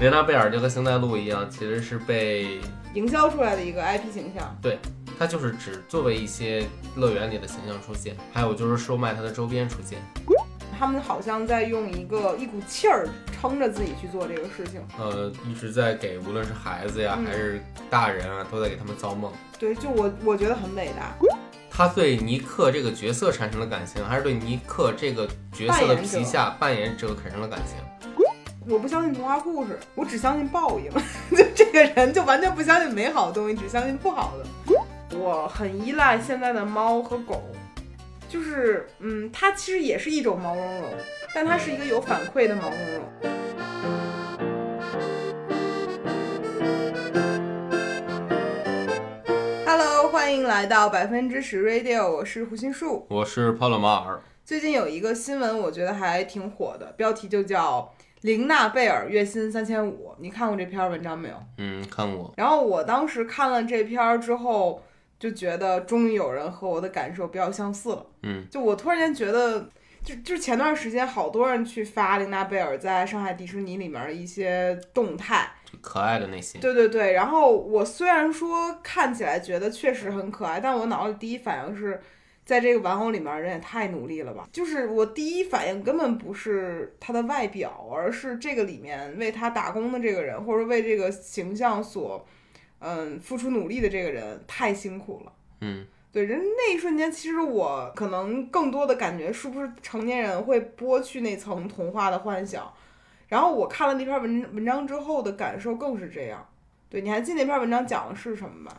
雷娜贝尔就和邢台路一样，其实是被营销出来的一个 IP 形象。它就是只作为一些乐园里的形象出现，还有就是售卖它的周边出现。他们好像在用一个一股气儿撑着自己去做这个事情。呃，一直在给无论是孩子呀嗯还是大人啊，都在给他们造梦。对，就我我觉得很伟大。他对尼克这个角色产生了感情，还是对尼克这个角色的皮下扮演者产生了感情？我不相信童话故事，我只相信报应。 就这个人就完全不相信美好的东西，只相信不好的。我很依赖现在的猫和狗，就是嗯，它其实也是一种毛茸茸，但它是一个有反馈的毛茸茸。Hello，欢迎来到百分之十 Radio，我是胡心树。我是帕洛马尔，最近有一个新闻，我觉得还挺火的，标题就叫《玲娜贝尔月薪三千五》。你看过这篇文章没有？嗯，看过，然后我当时看了这篇之后，就觉得终于有人和我的感受比较相似了。嗯，就我突然间觉得，就就前段时间好多人去发玲娜贝尔在上海迪士尼里面的一些动态，就可爱的那些，对对对，然后我虽然说看起来觉得确实很可爱，但我脑子里第一反应是，在这个玩偶里面人也太努力了吧！就是我第一反应根本不是他的外表，而是这个里面为他打工的这个人，或者为这个形象所，嗯，付出努力的这个人太辛苦了。嗯，对，人那一瞬间，其实我可能更多的感觉是不是成年人会剥去那层童话的幻想。然后我看了那篇文文章之后的感受更是这样。对，你还记得那篇文章讲的是什么吗？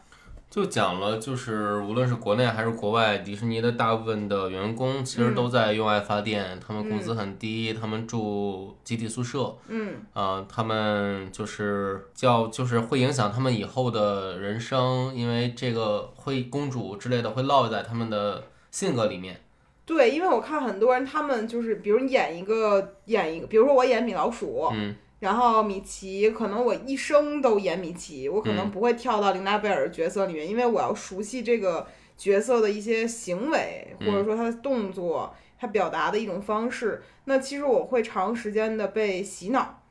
就讲了，就是无论是国内还是国外，迪士尼的大部分的员工其实嗯都在用爱发电，他们工资很低，他们住集体宿舍，嗯，呃，他们就是叫就是会影响他们以后的人生，因为这个会公主之类的会烙在他们的性格里面。对，因为我看很多人，他们就是比如演一个演一个，比如说我演米老鼠，嗯，然后米奇，可能我一生都演米奇，我可嗯能不会跳到琳达贝尔角色里面，因为我要熟悉这个角色的一些行为，或嗯者说他的动作，他表达的一种方式。那其实我会长时间的被洗脑，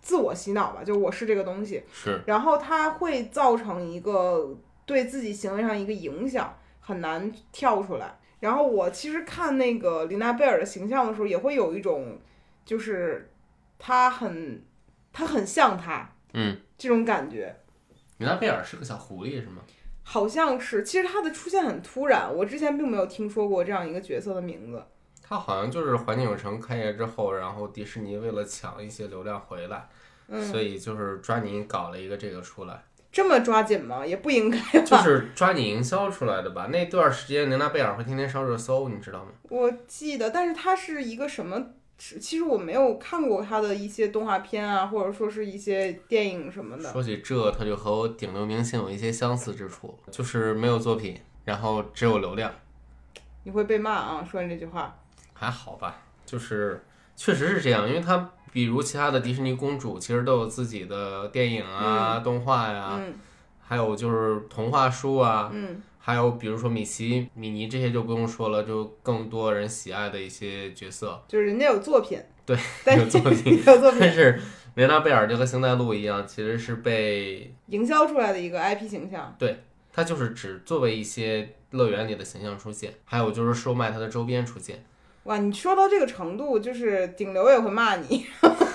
自我洗脑吧，就我是这个东西。是，然后它会造成一个对自己行为上一个影响，很难跳出来。然后我其实看那个琳娜贝尔的形象的时候，也会有一种，就是她很，她很像她嗯，这种感觉，米拉贝尔是个小狐狸是吗？好像是。其实她的出现很突然，我之前并没有听说过这样一个角色的名字。它好像就是环球影城开业之后，然后迪士尼为了抢一些流量回来，嗯，所以就是抓紧搞了一个这个出来。这么抓紧吗？也不应该吧。就是抓紧营销出来的吧。那段时间，玲娜贝尔会天天上热搜，你知道吗？我记得，但是它是一个什么？是其实我没有看过它的一些动画片啊，或者说是一些电影什么的。说起这，他就和我顶流明星有一些相似之处，就是没有作品，然后只有流量，你会被骂啊！说你这句话，还好吧？就是确实是这样，因为他比如其他的迪士尼公主，其实都有自己的电影啊、动画呀、嗯还有就是童话书啊，嗯，还有比如说米奇、米妮这些就不用说了，就更多人喜爱的一些角色。就是人家有作品，对，但有作品 有作但品是雷娜贝尔就和邢台路一样，其实是被营销出来的一个 IP 形象。它就是只作为一些乐园里的形象出现，还有就是售卖它的周边出现。哇，你说到这个程度，就是顶流也会骂你，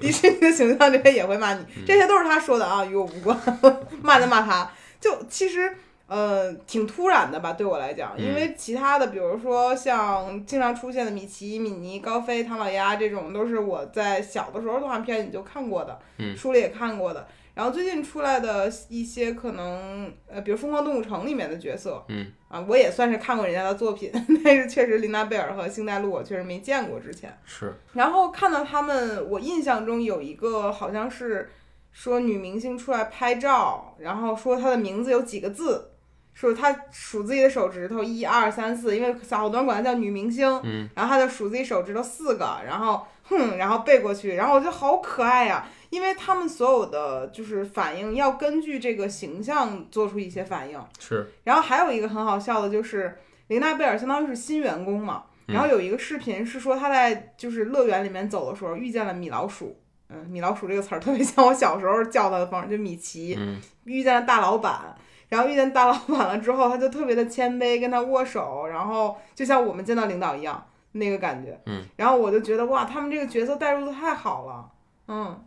迪士尼的形象这些也会骂你，这些都是他说的啊，与我无关， 骂就骂他。就其实，呃，挺突然的吧，对我来讲，因为其他的，比如说像经常出现的米奇、米妮、高飞、唐老鸭这种，都是我在小的时候动画片里就看过的，嗯书里也看过的。然后最近出来的一些可能，呃，比如《疯狂动物城》里面的角色，啊，我也算是看过人家的作品， 但是确实琳达贝尔和星黛露我确实没见过之前。是，然后看到他们，我印象中有一个好像是说女明星出来拍照，然后说她的名字有几个字，说她数自己的手指头一二三四，因为好多人管她叫女明星，嗯，然后她就数自己手指头四个，然后哼，然后背过去，然后我觉得好可爱呀、因为他们所有的就是反应要根据这个形象做出一些反应。是，然后还有一个很好笑的就是，琳娜贝尔相当于是新员工嘛。嗯然后有一个视频是说她在就是乐园里面走的时候遇见了米老鼠，嗯，米老鼠这个词儿特别像我小时候叫他的方式，就米奇。嗯遇见了大老板，然后遇见大老板了之后，他就特别的谦卑，跟他握手，然后就像我们见到领导一样那个感觉。嗯，然后我就觉得哇，他们这个角色代入的太好了。嗯，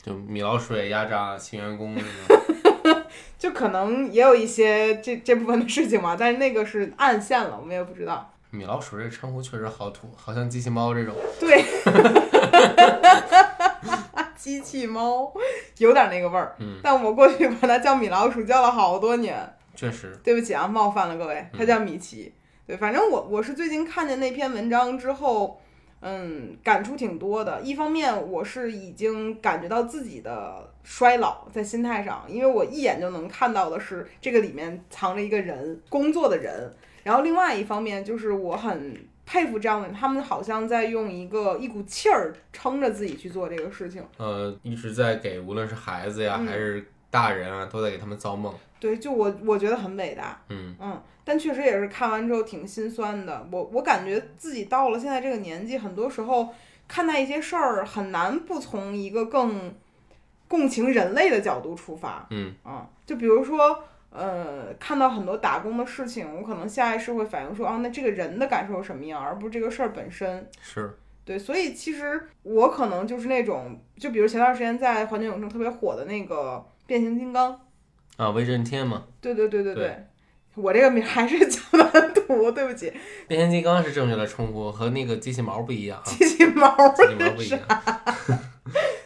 就米老鼠也压榨新员工那种。就可能也有一些这这部分的事情嘛，但是那个是暗线了，我们也不知道。米老鼠这称呼确实好土，好像机器猫这种。对， 机器猫有点那个味儿，嗯，但我过去把它叫米老鼠叫了好多年。确实，对不起啊，冒犯了各位，他叫米奇。对，反正我我是最近看见那篇文章之后，嗯，感触挺多的。一方面，我是已经感觉到自己的衰老在心态上，因为我一眼就能看到的是这个里面藏着一个人工作的人。然后另外一方面就是我很佩服这样的人，他们好像在用一个一股气儿撑着自己去做这个事情。呃，一直在给无论是孩子呀、嗯还是大人啊，都在给他们造梦。对，就我我觉得很伟大。嗯，嗯，但确实也是看完之后挺心酸的。我我感觉自己到了现在这个年纪，很多时候看待一些事儿很难不从一个更共情人类的角度出发。嗯就比如说，呃，看到很多打工的事情，我可能下意识会反映说，啊，那这个人的感受是什么样，而不是这个事儿本身。是，对，所以其实我可能就是那种，就比如前段时间在环球影城特别火的那个变形金刚，啊，威震天嘛，对对对对对 我这个名儿还是叫的很土，对不起。变形金刚是正确的称呼，和那个机器猫不一 样啊，机器猫儿机器猫不一样。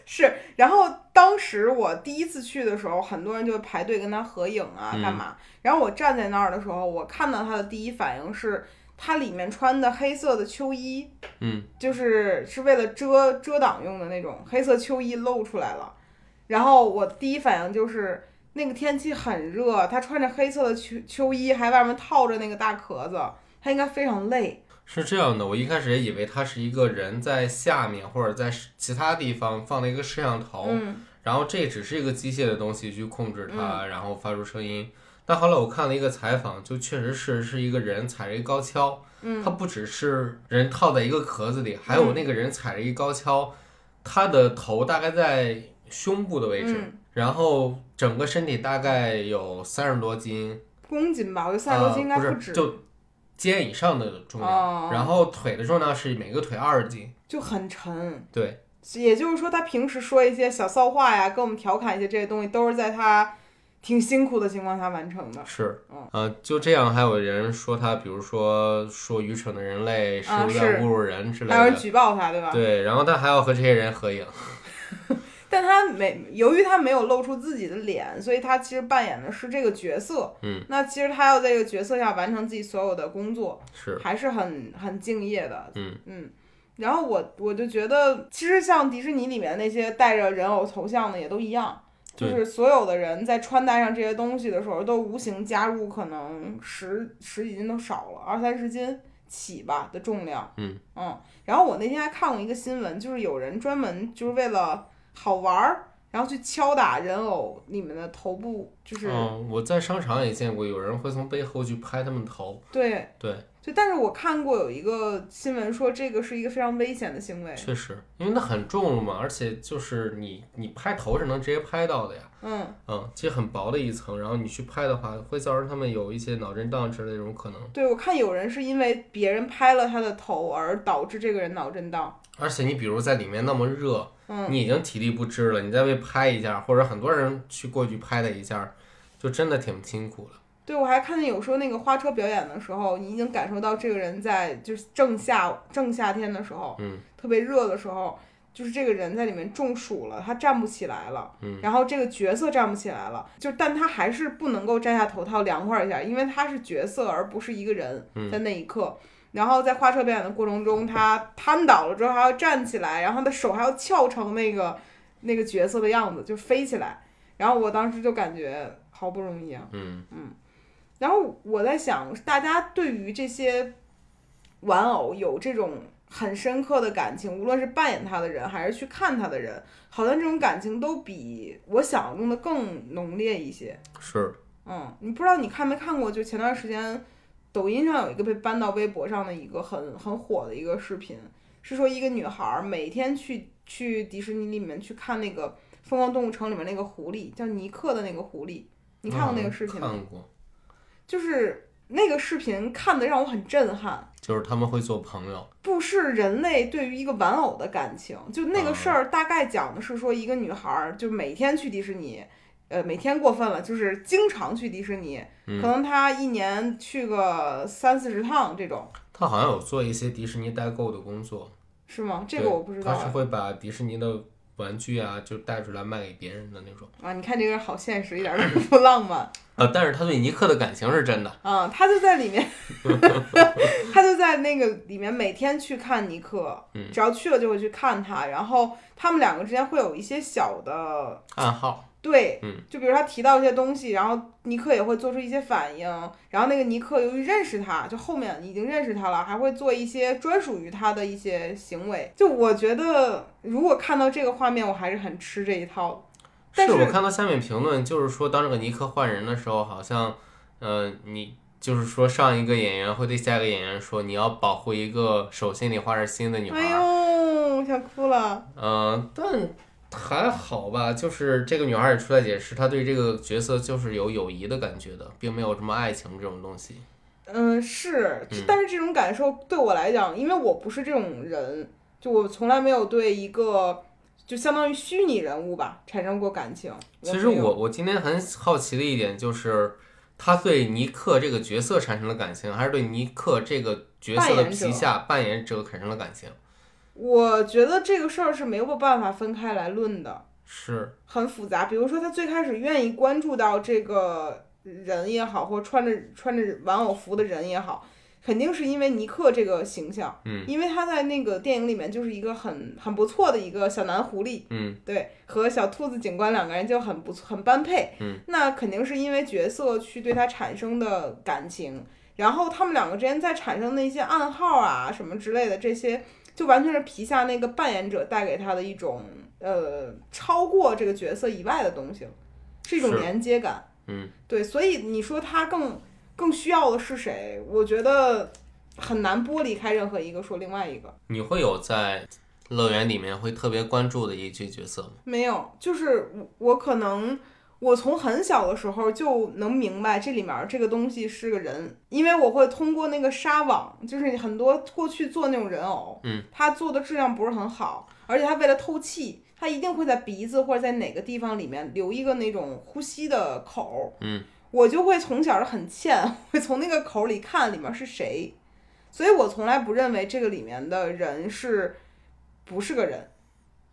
是。然后当时我第一次去的时候，很多人就会排队跟他合影啊，嗯干嘛？然后我站在那儿的时候，我看到他的第一反应是，他里面穿的黑色的秋衣，嗯，就是是为了遮遮挡用的那种黑色秋衣露出来了。然后我第一反应就是。那个天气很热，他穿着黑色的秋秋衣，还外面套着那个大壳子，他应该非常累。是这样的，我一开始也以为它是一个人在下面或者在其他地方放了一个摄像头，嗯然后这只是一个机械的东西去控制它，然后发出声音。但后来我看了一个采访，就确实是是一个人踩着一高跷，嗯，它不只是人套在一个壳子里，还有那个人踩着一高跷，他的头大概在胸部的位置，嗯，然后整个身体大概有三十多斤，公斤吧，我觉得三十多呃，斤应该不止是，就肩以上的重量，哦然后腿的重量是每个腿二十斤，就很沉。对，也就是说，他平时说一些小骚话呀，跟我们调侃一些这些东西，都是在他挺辛苦的情况下完成的。是嗯，呃，就这样，还有人说他，比如说说愚蠢的人类是啊不是是在侮辱人之类还有人的，举报他，对吧？对，然后他还要和这些人合影，但他没，由于他没有露出自己的脸，所以他其实扮演的是这个角色。嗯，那其实他要在这个角色下完成自己所有的工作，是，还是很很敬业的。嗯然后我我就觉得，其实像迪士尼里面那些带着人偶头像的也都一样，就对是所有的人在穿戴上这些东西的时候，都无形加入可能十十几斤都少了，二三十斤起吧的重量。嗯然后我那天还看过一个新闻，就是有人专门就是为了好玩儿，然后去敲打人偶里面的头部，就是、嗯，我在商场也见过有人会从背后去拍他们头，对对。对。但是我看过有一个新闻说，这个是一个非常危险的行为。确实，因为那很重了嘛，而且就是你你拍头是能直接拍到的呀，嗯。嗯，其实很薄的一层，然后你去拍的话，会造成他们有一些脑震荡之类的这种可能，对，我看有人是因为别人拍了他的头而导致这个人脑震荡。而且你比如在里面那么热，嗯，你已经体力不支了，你再被拍一下，或者很多人去过去拍他一下，就真的挺辛苦了。对我还看见有说那个花车表演的时候，你已经感受到这个人在就是正夏正夏天的时候，嗯，特别热的时候，就是这个人在里面中暑了，他站不起来了，嗯，然后这个角色站不起来了，就但他还是不能够摘下头套凉快一下，因为他是角色而不是一个人，嗯在那一刻。然后在花车表演的过程 中，他瘫倒了之后还要站起来，然后他的手还要翘成那个那个角色的样子，就飞起来。然后我当时就感觉好不容易啊，嗯然后我在想，大家对于这些玩偶有这种很深刻的感情，无论是扮演他的人还是去看他的人，好像这种感情都比我想象中的更浓烈一些。是，嗯，你不知道你看没看过？就前段时间抖音上有一个被搬到微博上的一个很很火的一个视频，是说一个女孩儿每天去去迪士尼里面去看那个《疯狂动物城》里面那个狐狸，叫尼克的那个狐狸，你看过那个视频吗？啊嗯看过，就是那个视频看的让我很震撼。就是他们会做朋友，不是人类对于一个玩偶的感情。就那个事儿，大概讲的是说，一个女孩儿就每天去迪士尼，呃，每天过分了，就是经常去迪士尼，嗯可能她一年去个三四十趟这种，他好像有做一些迪士尼代购的工作，是吗？这个对我不知道他是啊会把迪士尼的玩具啊，就带出来卖给别人的那种。啊！你看这个人好现实，一点儿都不浪漫。啊，但是他对尼克的感情是真的，啊，他就在里 面，他就在那个里面每天去看尼克，嗯只要去了就会去看他，然后他们两个之间会有一些小的暗号。对，嗯就比如他提到一些东西，然后尼克也会做出一些反应，然后那个尼克由于认识他，就后面已经认识他了，还会做一些专属于他的一些行为。就我觉得，如果看到这个画面，我还是很吃这一套的。但是我看到下面评论，就是说当这个尼克换人的时候，好像，呃，你就是说上一个演员会对下一个演员说，你要保护一个手心里画着心的女孩。哎呦，想哭了。嗯，但还好吧，就是这个女孩也出来解释，她对这个角色就是有友谊的感觉的，并没有什么爱情这种东西。嗯，是嗯，但是这种感受对我来讲，因为我不是这种人，就我从来没有对一个就相当于虚拟人物吧产生过感情。其实没有我我今天很好奇的一点就是，她对尼克这个角色产生了感情，还是对尼克这个角色的扮演者皮下扮演者产生了感情？我觉得这个事儿是没有办法分开来论的，是，很复杂。比如说，他最开始愿意关注到这个人也好，或穿着穿着玩偶服的人也好，肯定是因为尼克这个形象，嗯因为他在那个电影里面就是一个很很不错的一个小男狐狸，嗯对，和小兔子警官两个人就很不错，很般配。嗯，那肯定是因为角色去对他产生的感情，然后他们两个之间再产生的一些暗号啊什么之类的，这些就完全是皮下那个扮演者带给他的一种呃超过这个角色以外的东西了，是一种是连接感。嗯，对，所以你说他更更需要的是谁？我觉得很难剥离开任何一个说另外一个。你会有在乐园里面会特别关注的一句角色吗？没有，就是我我可能我从很小的时候就能明白这里面儿这个东西是个人，因为我会通过那个纱网，就是很多过去做那种人偶，嗯，他做的质量不是很好，而且他为了透气，他一定会在鼻子或者在哪个地方里面留一个那种呼吸的口，嗯，我就会从小就很欠，会从那个口里看里面是谁，所以我从来不认为这个里面的人是不是个人。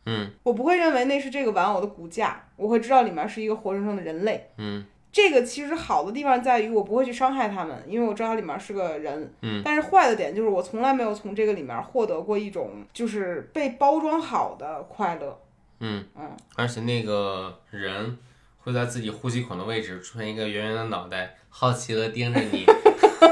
嗯我不会认为那是这个玩偶的骨架，我会知道里面是一个活生生的人类。嗯这个其实好的地方在于我不会去伤害他们，因为我知道它里面是个人。嗯，但是坏的点就是我从来没有从这个里面获得过一种就是被包装好的快乐。嗯嗯，而且那个人会在自己呼吸孔的位置出现一个圆圆的脑袋，好奇的盯着你。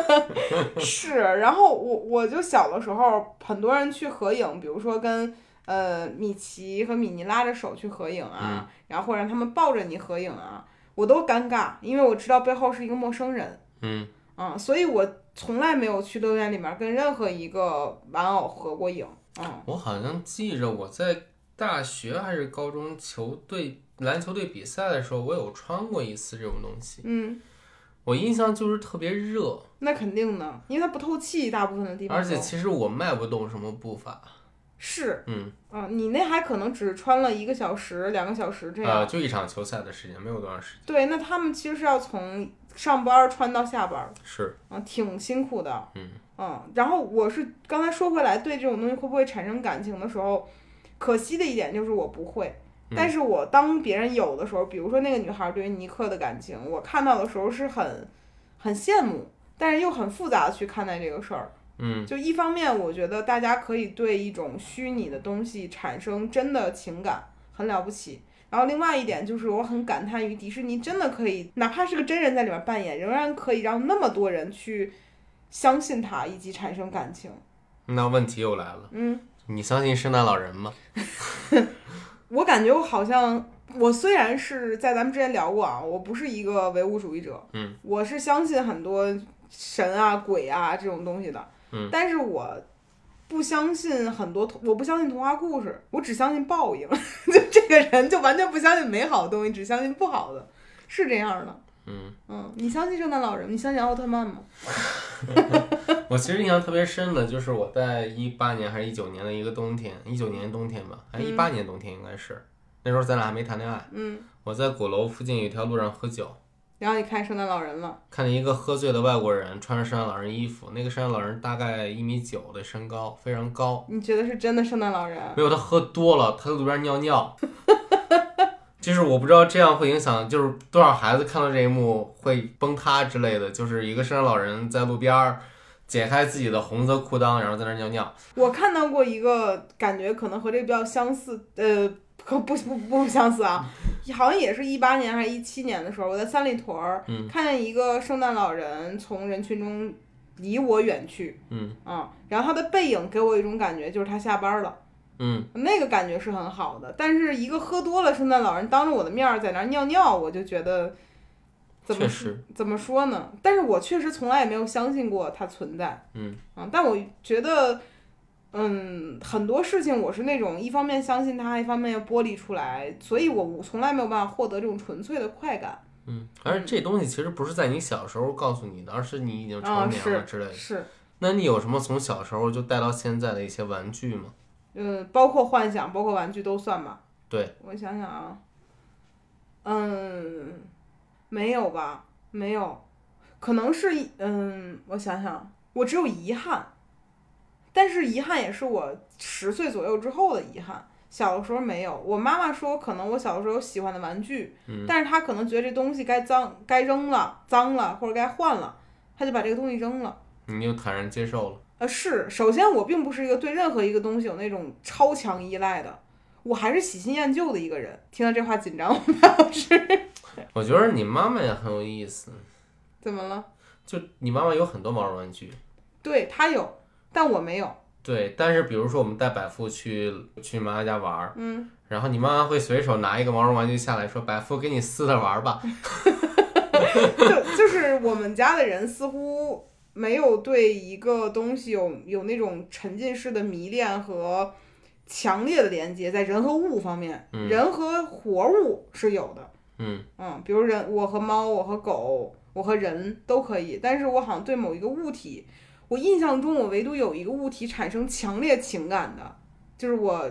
是，然后我我就小的时候，很多人去合影，比如说跟呃米奇和米妮拉着手去合影嗯啊，然后或者让他们抱着你合影啊，我都尴尬，因为我知道背后是一个陌生人。嗯嗯，所以我从来没有去乐园里面跟任何一个玩偶合过影。嗯，我好像记着我在大学还是高中球队篮球队比赛的时候，我有穿过一次这种东西。嗯，我印象就是特别热，那肯定的，因为它不透气，大部分的嗯地方而且都其实我迈不动什么步伐。是，嗯，啊、你那还可能只穿了一个小时、两个小时这样。啊，就一场球赛的时间，没有多长时间。对，那他们其实是要从上班儿穿到下班儿，是，嗯，挺辛苦的。嗯嗯，然后我是刚才说回来，对这种东西会不会产生感情的时候，可惜的一点就是我不会。嗯但是我当别人有的时候，比如说那个女孩对于尼克的感情，我看到的时候是很很羡慕，但是又很复杂的去看待这个事儿。嗯就一方面，我觉得大家可以对一种虚拟的东西产生真的情感，很了不起。然后另外一点就是，我很感叹于迪士尼真的可以，哪怕是个真人在里面扮演，仍然可以让那么多人去相信他以及产生感情。那问题又来了，嗯，你相信圣诞老人吗？我感觉我好像，我虽然是在咱们之前聊过啊，我不是一个唯物主义者，嗯，我是相信很多神啊、鬼啊这种东西的，嗯，但是我不相信很多童，我不相信童话故事，我只相信报应。 就这个人就完全不相信美好的东西，只相信不好的，是这样的。嗯嗯，你相信圣诞老人？你相信奥特曼吗？ 我其实印象特别深的就是我在一八年还是一九年的一个冬天，一九年冬天吧，还一八年冬天应该是，那时候咱俩还没谈恋爱。嗯，我在鼓楼附近有一条路上喝酒，然后你看圣诞老人了，看见一个喝醉的外国人穿着圣诞老人衣服，那个圣诞老人大概一米九的身高，非常高。你觉得是真的圣诞老人？没有，他喝多了，他在路边尿尿。 就是我不知道这样会影响，就是多少孩子看到这一幕会崩塌之类的。就是一个圣诞老人在路边儿解开自己的红色裤裆，然后在那儿尿尿。我看到过一个感觉可能和这比较相似，呃，可不不不相似啊，好像也是一八年还是一七年的时候，我在三里屯儿、嗯看见一个圣诞老人从人群中离我远去，嗯啊，然后他的背影给我一种感觉，就是他下班了，嗯，那个感觉是很好的。但是一个喝多了圣诞老人当着我的面儿在那儿尿尿，我就觉得怎么确实，怎么说呢？但是我确实从来也没有相信过它存在。嗯啊，但我觉得，嗯，很多事情我是那种一方面相信它，一方面又剥离出来，所以我无从来没有办法获得这种纯粹的快感。嗯，而且这东西其实不是在你小时候告诉你的，而是你已经啊成年了是之类的。是，那你有什么从小时候就带到现在的一些玩具吗？嗯，包括幻想，包括玩具都算吧。对，我想想啊，嗯，没有吧，没有，可能是嗯，我想想，我只有遗憾，但是遗憾也是我十岁左右之后的遗憾。小的时候没有，我妈妈说可能我小的时候有喜欢的玩具，嗯但是她可能觉得这东西该脏、该扔了、脏了或者该换了，她就把这个东西扔了。你就坦然接受了。呃，是，首先我并不是一个对任何一个东西有那种超强依赖的，我还是喜新厌旧的一个人。听到这话紧张，我觉得你妈妈也很有意思， 怎么了？就你妈妈有很多毛绒玩具。对他有，但我没有。 对，但是比如说我们带百富去去妈妈家玩儿，嗯，然后你妈妈会随手拿一个毛绒玩具下来说：“百富，给你撕着玩儿吧。就就是我们家的人似乎没有对一个东西有有那种沉浸式的迷恋和强烈的连接，在人和物方面，嗯人和活物是有的。”嗯，嗯，比如人，我和猫，我和狗，我和人都可以，但是我好像对某一个物体，我印象中我唯独有一个物体产生强烈情感的，就是我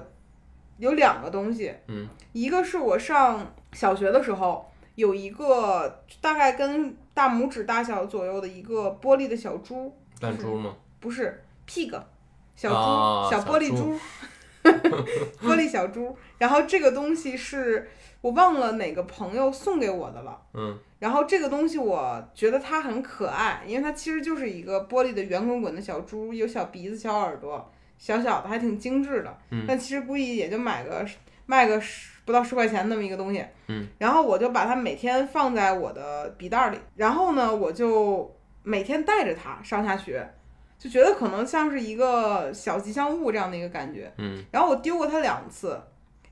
有两个东西，嗯，一个是我上小学的时候有一个大概跟大拇指大小左右的一个玻璃的小猪，弹珠吗？不是 pig，小猪，哦小小玻璃猪猪， 玻璃小猪。然后这个东西是我忘了哪个朋友送给我的了。嗯然后这个东西我觉得它很可爱，因为它其实就是一个玻璃的圆滚滚的小猪，有小鼻子、小耳朵，小小的，还挺精致的。嗯但其实估计也就买个卖个十不到十块钱那么一个东西。嗯。然后我就把它每天放在我的笔袋里，然后呢，我就每天带着它上下学，就觉得可能像是一个小吉祥物这样的一个感觉。嗯然后我丢过它两次，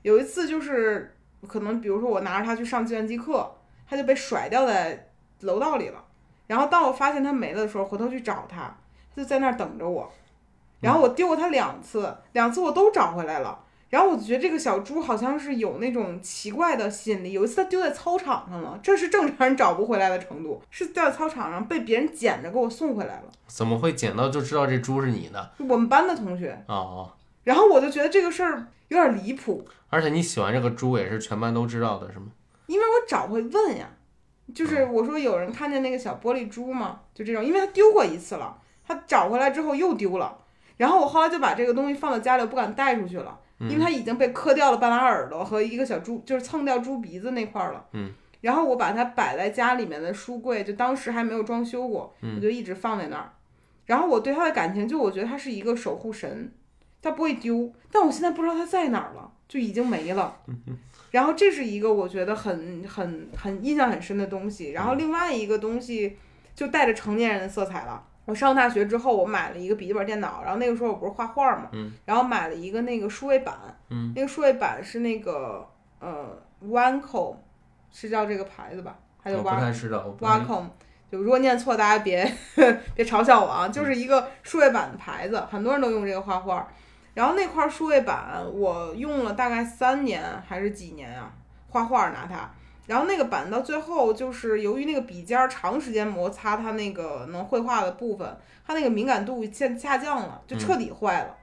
有一次就是可能比如说我拿着它去上计算机课，它就被甩掉在楼道里了。然后当我发现它没了的时候，回头去找它，它就在那儿等着我。然后我丢过它两次，两次我都找回来了。然后我就觉得这个小猪好像是有那种奇怪的吸引力。有一次它丢在操场上了，这是正常人找不回来的程度，是掉在操场上被别人捡着给我送回来了。怎么会捡到就知道这猪是你的？我们班的同学，哦，然后我就觉得这个事儿有点离谱，而且你喜欢这个猪也是全班都知道的，是吗？因为我找会问呀，就是我说有人看见那个小玻璃珠吗？就这种，因为他丢过一次了，他找回来之后又丢了，然后我后来就把这个东西放到家里，我不敢带出去了，因为它已经被磕掉了半拉耳朵和一个小猪，就是蹭掉猪鼻子那块儿了。嗯。然后我把它摆在家里面的书柜，就当时还没有装修过，嗯我就一直放在那儿。然后我对它的感情，就我觉得它是一个守护神，它不会丢，但我现在不知道它在哪儿了，就已经没了。嗯然后这是一个我觉得很很很印象很深的东西。然后嗯另外一个东西就带着成年人的色彩了。我上大学之后，我买了一个笔记本电脑，然后那个时候我不是画画嘛，嗯然后买了一个那个数位板，嗯那个数位板是那个呃 Wanco，是叫这个牌子吧？还有我不 Wa 哦太知道，我不太 Wacom，就如果念错，大家别 别嘲笑我啊，就是一个数位板的牌子，很多人都用这个画画。然后那块数位板我用了大概三年还是几年啊，画画拿它。然后那个板到最后就是由于那个笔尖儿长时间摩擦它那个能绘画的部分，它那个敏感度现下降了，就彻底坏了。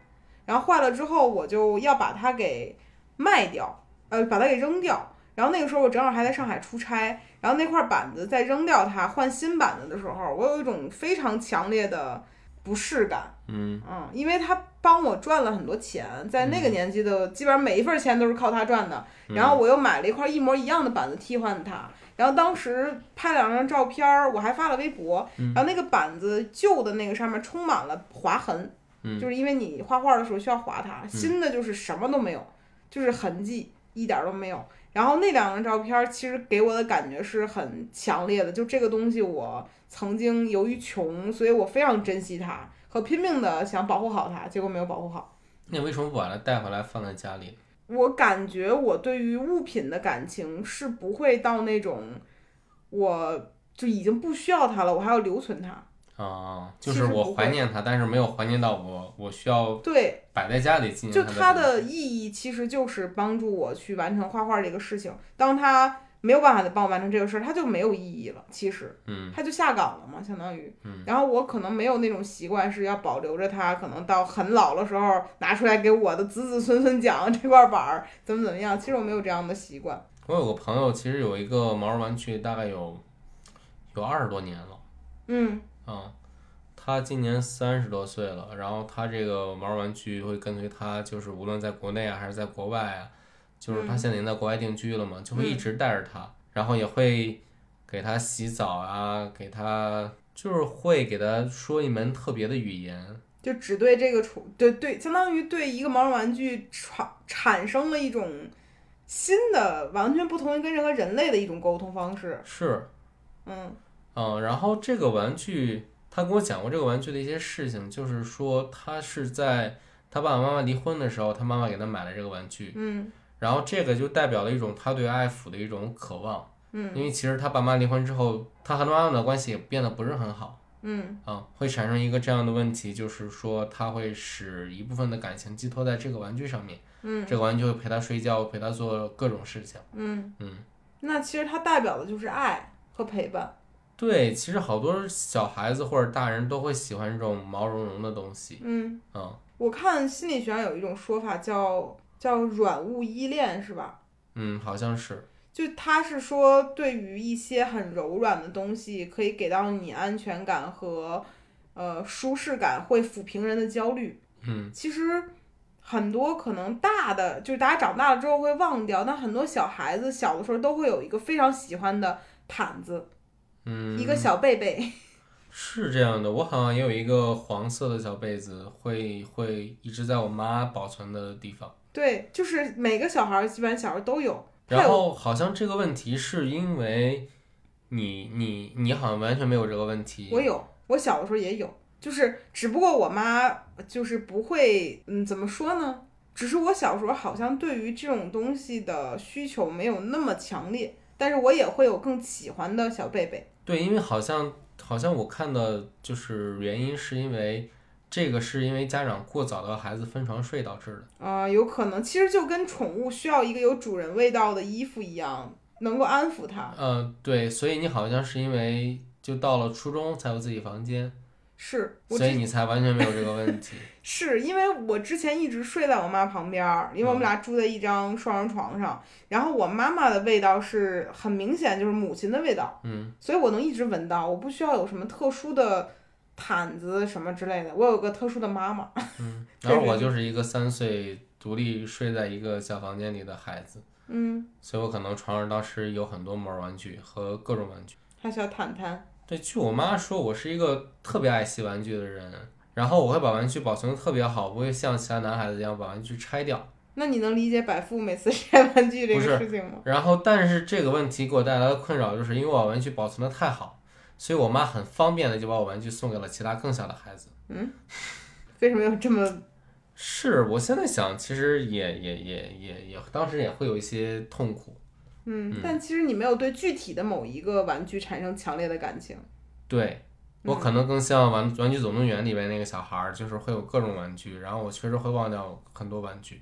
然后坏了之后，我就要把它给卖掉，呃，把它给扔掉。然后那个时候我正好还在上海出差，然后那块板子在扔掉它换新板子的时候，我有一种非常强烈的不适感。嗯，嗯，因为他帮我赚了很多钱，在那个年纪的，基本上每一份钱都是靠他赚的。嗯然后我又买了一块一模一样的板子替换它，然后当时拍两张照片儿，我还发了微博。嗯然后那个板子旧的那个上面充满了划痕，嗯就是因为你画画的时候需要划它，新的就是什么都没有，就是痕迹一点儿都没有。然后那两张照片儿其实给我的感觉是很强烈的，就这个东西我曾经由于穷，所以我非常珍惜它和拼命的想保护好它，结果没有保护好。那你为什么不把它带回来放在家里？我感觉我对于物品的感情是不会到那种我就已经不需要它了，我还要留存它。啊，其就实是我不怀会念它，但是没有怀念到我，我需要对，摆在家里纪就念它的的意义其实就是帮助我去完成画画这个事情。当它没有办法再帮我完成这个事儿，它就没有意义了。其实。美，嗯它就下岗了嘛，相当于嗯。然后我可能没有那种习惯是要保留着它，可能到很老的时候拿出来给我的子子孙孙讲这块板儿怎么怎么样。其实我没有这样的习惯。我有个朋友，其实有一个毛绒玩具，大概有有二十多年了嗯，啊。他今年三十多岁了，然后他这个毛绒玩具会跟随他，就是无论在国内啊还是在国外啊，就是他现在已经在国外定居了嘛，就会一直带着他，然后也会给他洗澡啊，给他就是会给他说一门特别的语言，就只对这个处对对，相当于对一个毛绒玩具产产生了一种新的、完全不同于跟任何人类的一种沟通方式。是嗯嗯，然后这个玩具，他跟我讲过这个玩具的一些事情，就是说他是在他爸爸妈妈离婚的时候，他妈妈给他买了这个玩具，嗯然后这个就代表了一种他对爱抚的一种渴望，嗯因为其实他爸妈离婚之后，他和他妈妈的关系也变得不是很好，嗯啊，会产生一个这样的问题，就是说他会使一部分的感情寄托在这个玩具上面，嗯这个玩具会陪他睡觉，陪他做各种事情，嗯，嗯。那其实它代表的就是爱和陪伴。对，其实好多小孩子或者大人都会喜欢这种毛茸茸的东西，嗯。嗯，我看心理学上有一种说法叫叫软物依恋，是吧？嗯，好像是，就他是说，对于一些很柔软的东西，可以给到你安全感和呃舒适感，会抚平人的焦虑。嗯其实很多可能大的，就是大家长大了之后会忘掉，但很多小孩子小的时候都会有一个非常喜欢的毯子，嗯，一个小被被。是这样的，我好像也有一个黄色的小被子，会会一直在我妈保存的地方。对，就是每个小孩儿基本上小时候都有。他然有后好像这个问题是因为你你你好像完全没有这个问题，我有，我小的时候也有，就是只不过我妈就是不会，嗯，怎么说呢？只是我小时候好像对于这种东西的需求没有那么强烈，但是我也会有更喜欢的小贝贝。对，因为好像好像我看的就是原因是因为这个是因为家长过早的和孩子分床睡导致的。啊、有可能其实就跟宠物需要一个有主人味道的衣服一样，能够安抚它。嗯，对，所以你好像是因为就到了初中才有自己房间，是我所以之你才完全没有这个问题。是因为我之前一直睡在我妈旁边儿，因为我嗯们俩住在一张双人床上，然后我妈妈的味道是很明显，就是母亲的味道。嗯，所以我能一直闻到，我不需要有什么特殊的毯子什么之类的。我有个特殊的妈妈， 嗯，确然后实我是就是一个三岁独立睡在一个小房间里的孩子，嗯，所以我可能床上当时有很多毛绒玩具和各种玩具。还小毯毯，对，据我妈说，我是一个特别爱惜玩具的人，然后我会把玩具保存的特别好，不会像其他男孩子一样把玩具拆掉。那你能理解百富每次 晒玩具这不是个事情吗？然后，但是这个问题给我带来的困扰，就是因为我把玩具保存的太好，所以我妈很方便的就把我玩具送给了其他更小的孩子。为什么有这么是我现在想，其实也也也也也，当时也会有一些痛苦。嗯嗯？但其实你没有对具体的某一个玩具产生强烈的感情，对我可能更希望玩《玩具总动员》里面那个小孩儿，就是会有各种玩具，然后我确实会忘掉很多玩具。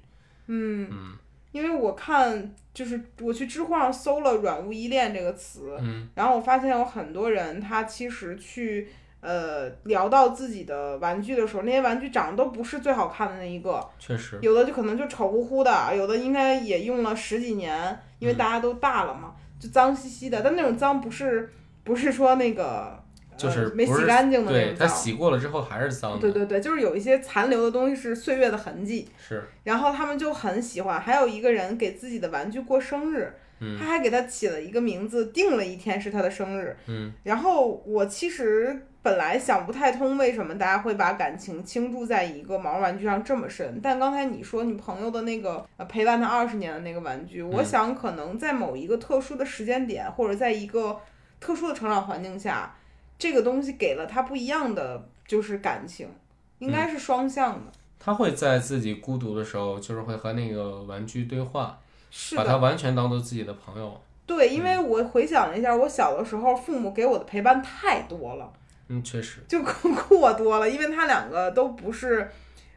嗯因为我看就是我去知乎上搜了“软物依恋”这个词，嗯，然后我发现有很多人他其实去呃聊到自己的玩具的时候，那些玩具长得都不是最好看的那一个，确实，有的就可能就丑乎乎的，有的应该也用了十几年，嗯因为大家都大了嘛，就脏兮兮的。但那种脏不是不是说那个就是呃、没不洗是干净的那对种他脏。洗过了之后还是脏的，对对对，就是有一些残留的东西是岁月的痕迹，是然后他们就很喜欢。还有一个人给自己的玩具过生日，嗯他还给他起了一个名字，定了一天是他的生日。嗯，然后我其实本来想不太通为什么大家会把感情倾注在一个毛绒玩具上这么深，但刚才你说你朋友的那个呃陪伴他二十年的那个玩具，嗯我想可能在某一个特殊的时间点，或者在一个特殊的成长环境下，这个东西给了他不一样的就是感情，应该嗯是双向的。他会在自己孤独的时候，就是会和那个玩具对话，是把的，它完全当做自己的朋友。对，因嗯为我回想了一下，我小的时候父母给我的陪伴太多了。嗯，确实，就 过过多了，因为他两个都不是，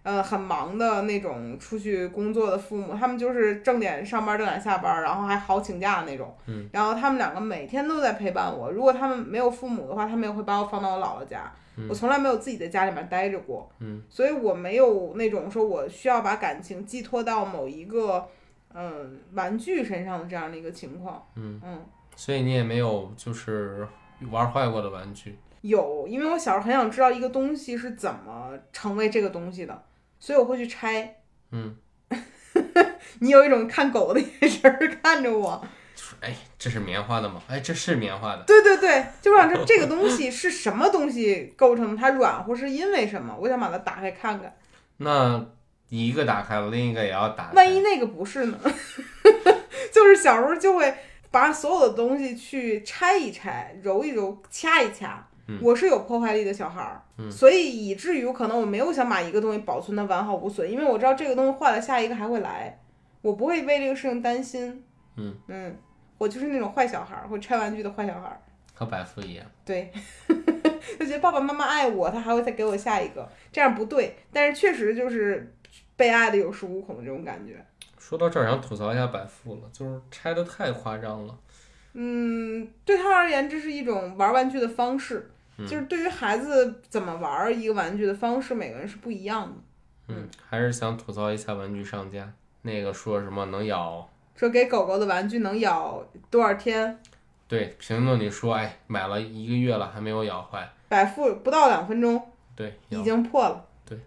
呃，很忙的那种出去工作的父母，他们就是正点上班正点下班，然后还好请假的那种。嗯，然后他们两个每天都在陪伴我。如果他们没有父母的话，他们也会把我放到我姥姥家。我从来没有自己在家里面待着过。嗯，所以我没有那种说我需要把感情寄托到某一个。嗯，玩具身上的这样的一个情况，嗯所以你也没有就是玩坏过的玩具。有，因为我小时候很想知道一个东西是怎么成为这个东西的，所以我会去拆。嗯， 你有一种看狗的眼神儿看着我，就是哎，这是棉花的吗？哎，这是棉花的。对对对，就想知道这个东西是什么东西构成的，它软乎是因为什么？我想把它打开看看，那一个打开了，另一个也要打开。万一那个不是呢？ 就是小时候就会把所有的东西去拆一拆、揉一揉、掐一掐。嗯我是有破坏力的小孩儿，嗯所以以至于可能我没有想把一个东西保存的完好无损，因为我知道这个东西坏了，下一个还会来，我不会为这个事情担心。嗯我就是那种坏小孩儿，会拆玩具的坏小孩儿。 和百富一样，对，就觉得爸爸妈妈爱我，他还会再给我下一个，这样不对。但是确实就是被爱的有恃无恐的这种感觉。说到这儿想吐槽一下百富了，就是拆的太夸张了。嗯，对他而言，这是一种玩玩具的方式，嗯就是对于孩子怎么玩儿一个玩具的方式，每个人是不一样的。嗯，还是想吐槽一下玩具商家，那个说什么能咬，说给狗狗的玩具能咬多少天？对，评论里说哎买了一个月了还没有咬坏，百富不到两分钟对，已哎咬经破了。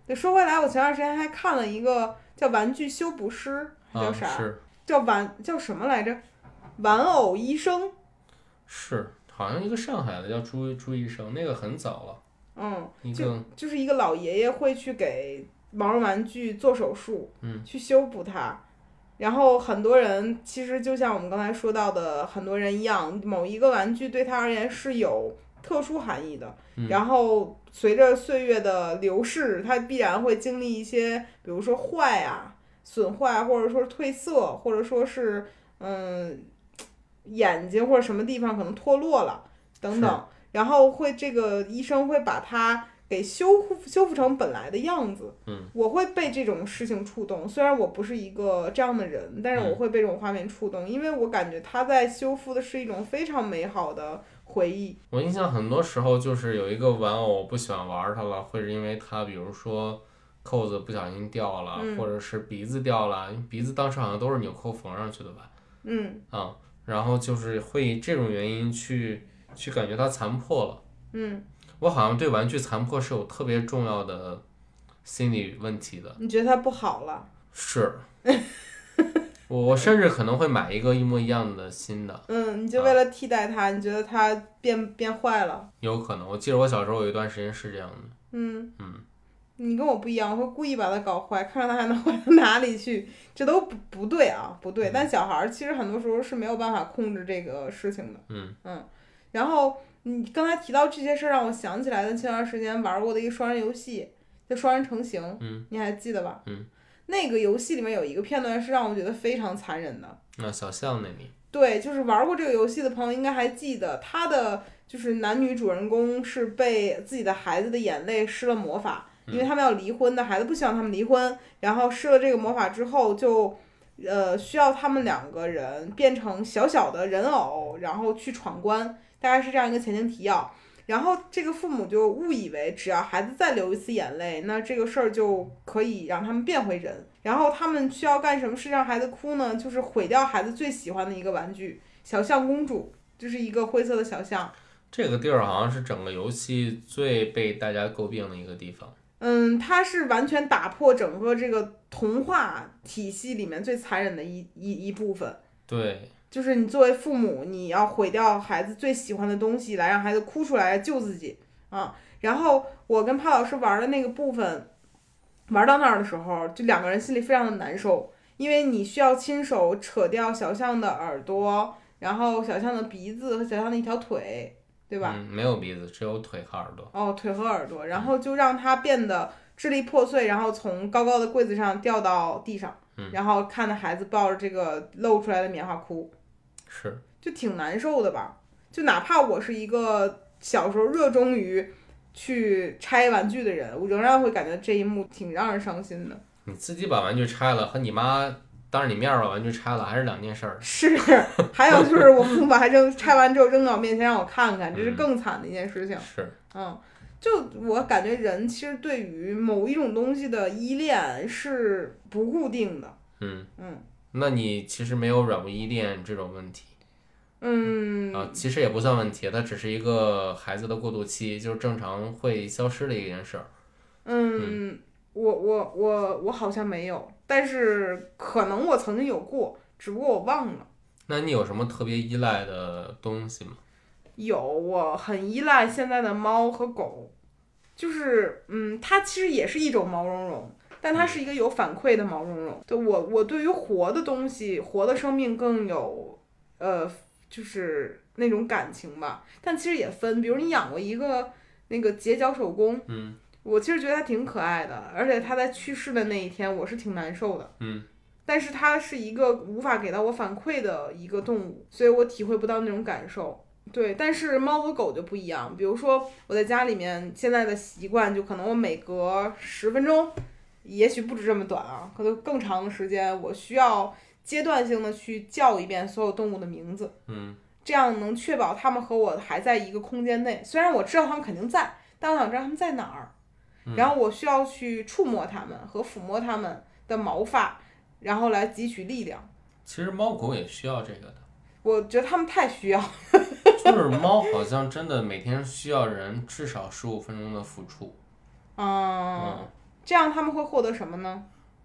对，说回来，我前段时间还看了一个叫《玩具修补师》，还啊叫啥？是叫玩叫什么来着？玩偶医生。是，好像一个上海的叫朱朱医生，那个很早了，嗯，一个就是一个老爷爷会去给毛绒玩具做手术，嗯，去修补它。然后很多人其实就像我们刚才说到的，很多人一样，某一个玩具对他而言是有特殊含义的。嗯然后随着岁月的流逝，它必然会经历一些，比如说坏啊、损坏，或者说是褪色，或者说是嗯眼睛或者什么地方可能脱落了等等。然后会这个医生会把它给修复修复成本来的样子。嗯，我会被这种事情触动，虽然我不是一个这样的人，但是我会被这种画面触动，因为我感觉他在修复的是一种非常美好的回忆。我印象很多时候就是有一个玩偶我不喜欢玩它了，会是因为它比如说扣子不小心掉了，嗯或者是鼻子掉了，鼻子当时好像都是纽扣缝上去的吧。嗯啊、然后就是会以这种原因去去感觉它残破了。嗯，我好像对玩具残破是有特别重要的心理问题的，你觉得他不好了？是， 我我甚至可能会买一个一模一样的新的，嗯，你就为了替代他，你觉得他变变坏了？有可能。我记得我小时候有一段时间是这样的，嗯嗯。你跟我不一样，我会故意把它搞坏，看看它还能坏到哪里去，这都不不对啊，不嗯对。但小孩儿其实很多时候是没有办法控制这个事情的。嗯然后你刚才提到这些事儿，让我想起来的前段时间玩过的一个双人游戏，叫双人成行，嗯，你还记得吧？嗯，那个游戏里面有一个片段是让我觉得非常残忍的。那小象那里，对，就是玩过这个游戏的朋友应该还记得，它的就是男女主人公是被自己的孩子的眼泪施了魔法，因为他们要离婚的孩子不希望他们离婚，然后施了这个魔法之后就。呃，需要他们两个人变成小小的人偶，然后去闯关，大概是这样一个前情提要。然后这个父母就误以为，只要孩子再流一次眼泪，那这个事儿就可以让他们变回人。然后他们需要干什么事让孩子哭呢？就是毁掉孩子最喜欢的一个玩具——小象公主，就是一个灰色的小象。这个地儿好像是整个游戏最被大家诟病的一个地方。嗯，它是完全打破整个这个童话体系里面最残忍的一一一部分。对，就是你作为父母，你要毁掉孩子最喜欢的东西，来让孩子哭出来救自己啊。然后我跟潘老师玩的那个部分，玩到那儿的时候，就两个人心里非常的难受，因为你需要亲手扯掉小象的耳朵，然后小象的鼻子和小象的一条腿，对吧？嗯，没有鼻子，只有腿和耳朵。哦，腿和耳朵，然后就让它变得支离破碎，然后从高高的柜子上掉到地上，然后看着孩子抱着这个露出来的棉花哭。是，就挺难受的吧。就哪怕我是一个小时候热衷于去拆玩具的人，我仍然会感觉这一幕挺让人伤心的。你自己把玩具拆了，和你妈当着你面把玩具拆了，还是两件事儿。是， 还有就是我父母还扔拆完之后扔到我面前让我看看，这是更惨的一件事情。是，嗯，就我感觉人其实对于某一种东西的依恋是不固定的。嗯嗯。那你其实没有软不依恋这种问题嗯，啊，其实也不算问题，它只是一个孩子的过渡期，就是正常会消失的一件事儿。嗯，我我我我好像没有，但是可能我曾经有过，只不过我忘了。那你有什么特别依赖的东西吗？有，我很依赖现在的猫和狗，就是嗯，它其实也是一种毛茸茸，但它嗯是一个有反馈的毛茸茸。对我，我对于活的东西、活的生命更有呃，就是那种感情吧。但其实也分，比如你养过一个那个结角手工，嗯，我其实觉得它挺可爱的，而且它在去世的那一天，我是挺难受的，嗯。但是它是一个无法给到我反馈的一个动物，所以我体会不到那种感受。对，但是猫和狗就不一样。比如说，我在家里面现在的习惯，就可能我每隔十分钟，也许不止这么短啊，可能更长的时间，我需要阶段性的去叫一遍所有动物的名字，嗯，这样能确保它们和我还在一个空间内。虽然我知道它们肯定在，但我想知道它们在哪儿。然后我需要去触摸它们和抚摸它们的毛发，然后来汲取力量。其实猫狗也需要这个 的，我觉得它们太需要，就是猫好像真的每天需要人至少十五分钟的付出，嗯，嗯，这样它们会获得什么呢？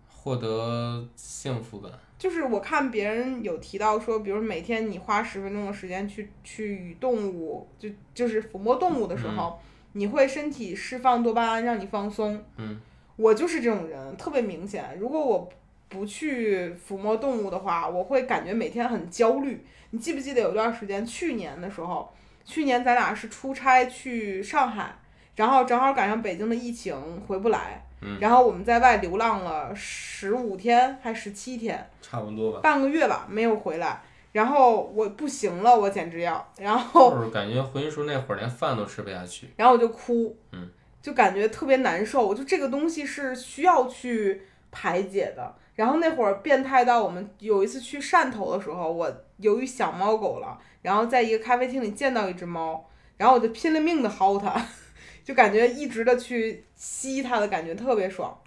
获得幸福感。就是我看别人有提到说，比如每天你花十分钟的时间去去与动物，就就是抚摸动物的嗯时候，你会身体释放多巴胺，让你放松。嗯，我就是这种人，特别明显。如果我不去抚摸动物的话，我会感觉每天很焦虑。你记不记得有段时间，去年的时候，去年咱俩是出差去上海，然后正好赶上北京的疫情回不来，嗯然后我们在外流浪了十五天还十七天。差不多吧，半个月吧，没有回来。然后我不行了，我简直要，然后就是感觉回叔那会儿连饭都吃不下去。然后我就哭，嗯，就感觉特别难受。我就这个东西是需要去排解的。然后那会儿变态到我们有一次去汕头的时候，我由于想猫狗了，然后在一个咖啡厅里见到一只猫，然后我就拼了命的薅它， 就感觉一直的去吸它的感觉特别爽。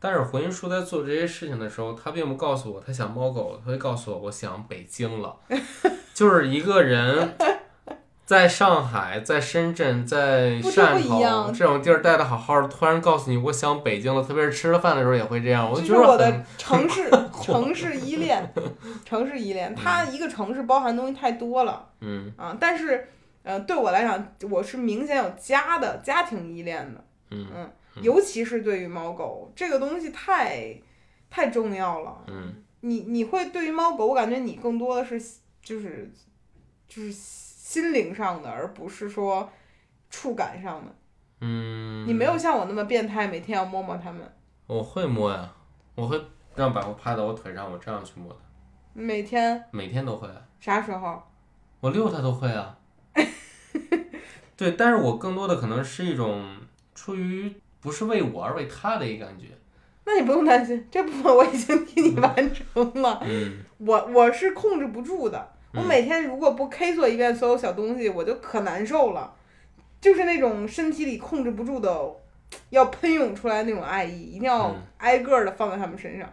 但是回叔在做这些事情的时候，他并不告诉我他想猫狗，他会告诉我我想北京了， 就是一个人。在上海，在深圳，在不这不汕一样头这种地儿待的好好的，突然告诉你我想北京了，特别是吃了饭的时候也会这样，我这就是觉我得很的城市城市 依恋，城市依恋，它一个城市包含东西太多了嗯啊。但是，呃，对我来讲，我是明显有家的家庭依恋的，嗯尤其是对于猫狗这个东西太太重要了。嗯，你你会对于猫狗，我感觉你更多的是就是就是心灵上的，而不是说触感上的。嗯，你没有像我那么变态，每天要摸摸它们。我会摸呀，我会让百合趴在我腿上，我这样去摸它，每天每天都会啊。啥时候？我遛它都会啊，对，但是我更多的可能是一种出于不是为我而为他的一个感觉。 那你不用担心，这部分我已经替你完成了。嗯，我我是控制不住的。我嗯每天如果不 K 做一遍所有小东西，我就可难受了，就是那种身体里控制不住的，要喷涌出来那种爱意，一定要嗯挨个的放在他们身上。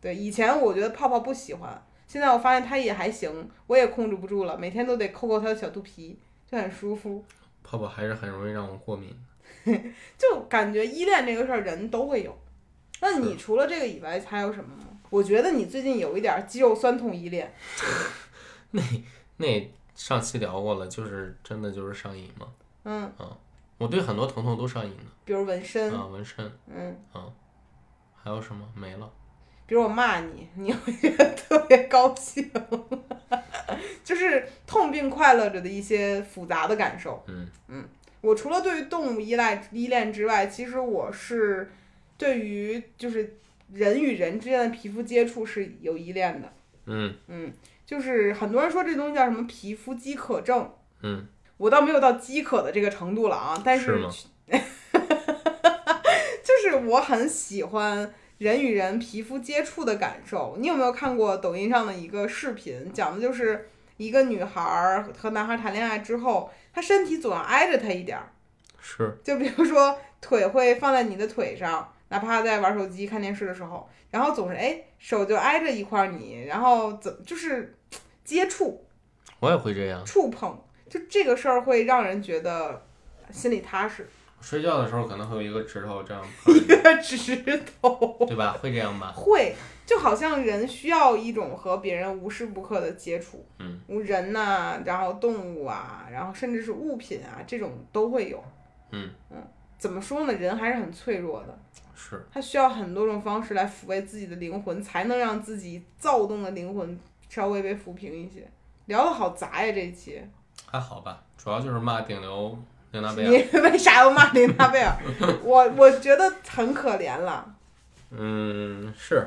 对，以前我觉得泡泡不喜欢，现在我发现他也还行，我也控制不住了，每天都得抠抠他的小肚皮，就很舒服。泡泡还是很容易让我过敏。就感觉依恋这个事儿人都会有。那你除了这个以外还有什么吗？我觉得你最近有一点儿肌肉酸痛依恋，那上期聊过了，就是真的就是上瘾嘛。嗯，我对很多疼痛都上瘾的比如纹身，啊，纹身嗯，还有什么没了？比如我骂你，你会觉得特别高兴， 就是痛并快乐着的一些复杂的感受。嗯我除了对于动物依赖依恋之外，其实我是对于就是人与人之间的皮肤接触是有依恋的。嗯嗯，就是很多人说这东西叫什么皮肤饥渴症，嗯，我倒没有到饥渴的这个程度了啊，但是吗 就是我很喜欢人与人皮肤接触的感受。你有没有看过抖音上的一个视频，讲的就是一个女孩儿和男孩儿谈恋爱之后，她身体总要挨着他一点儿，是就比如说 腿会放在你的腿上，哪怕在玩手机、看电视的时候，然后总是哎手就挨着一块儿你，然后怎就是接触我也会这样。触碰，就这个事儿会让人觉得心里 踏实。睡觉的时候可能会有一个指头这样碰一着个指头。 你，对吧？会这样吧？会，就好像人需要一种和别人无时不刻的接触，嗯，人呐、然后动物啊，然后甚至是物品啊，这种都会有，嗯怎么说呢？人还是很脆弱的，是，他需要很多种方式来抚慰自己的灵魂，才能让自己躁动的灵魂稍微被抚平一些。聊的好杂呀，这 一期，还好吧，主要就是骂顶流玲娜贝尔。你 为啥要骂林娜贝尔？ 我我觉得很可怜了。嗯，是，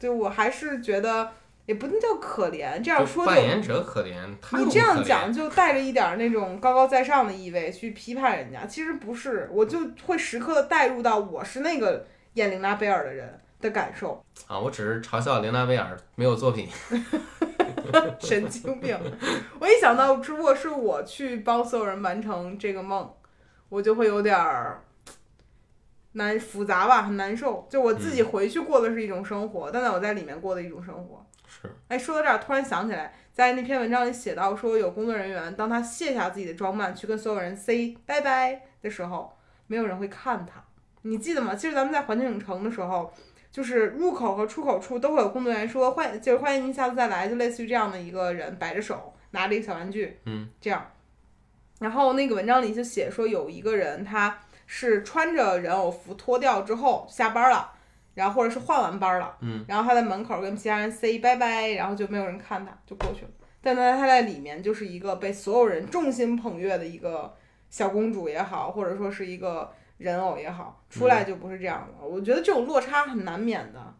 对我还是觉得也不能叫可怜，这样就说就扮演者可怜，他又你不这可样怜讲就带着一点儿那种高高在上的意味去批判人家，其实不是，我就会时刻的带入到我是那个演玲娜贝尔的人的感受，啊，我只是嘲笑玲娜贝尔没有作品。 神经病。我一想到如果是我去帮所有人完成这个梦，我就会有点儿。难复杂吧，很难受。就我自己回去过的是一种生活，但在我在里面过的一种生活。是，哎，说到这儿，突然想起来，在那篇文章里写到说，有工作人员当他卸下自己的装扮，去跟所有人 say 拜拜的时候，没有人会看他。你记得吗？其实咱们在环球影城的时候，就是入口和出口处都会有工作人员说欢，就是欢迎您下次再来，就类似于这样的一个人摆着手，拿着一个小玩具，嗯，这样。然后那个文章里就写说，有一个人他是穿着人偶服脱掉之后下班了，然后或者是换完班了。然后他在门口跟其他人 say 拜拜，然后就没有人看他，就过去了。但他他在里面就是一个被所有人众星捧月的一个小公主也好，或者说是一个人偶也好，出来就不是这样了。我觉得这种落差很难免的。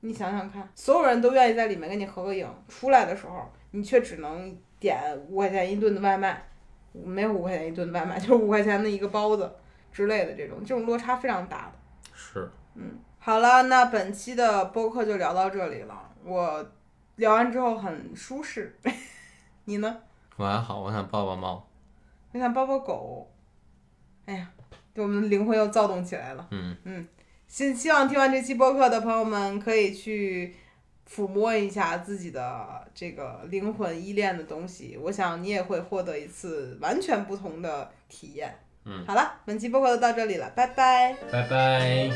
你想想看，所有人都愿意在里面跟你合个影，出来的时候你却只能点五块钱一顿的外卖，没有五块钱一顿的外卖， 就是五块钱的一个包子之类的这种，这种落差非常大的。嗯是，好了，那本期的播客就聊到这里了。我聊完之后很舒适，你呢？我还好，我想抱抱猫。我想抱抱狗。哎呀，我们灵魂又躁动起来了。嗯希希望听完这期播客的朋友们可以去抚摸一下自己的这个灵魂依恋的东西，我想你也会获得一次完全不同的体验。嗯，好了，本期播客就到这里了，拜拜。拜拜。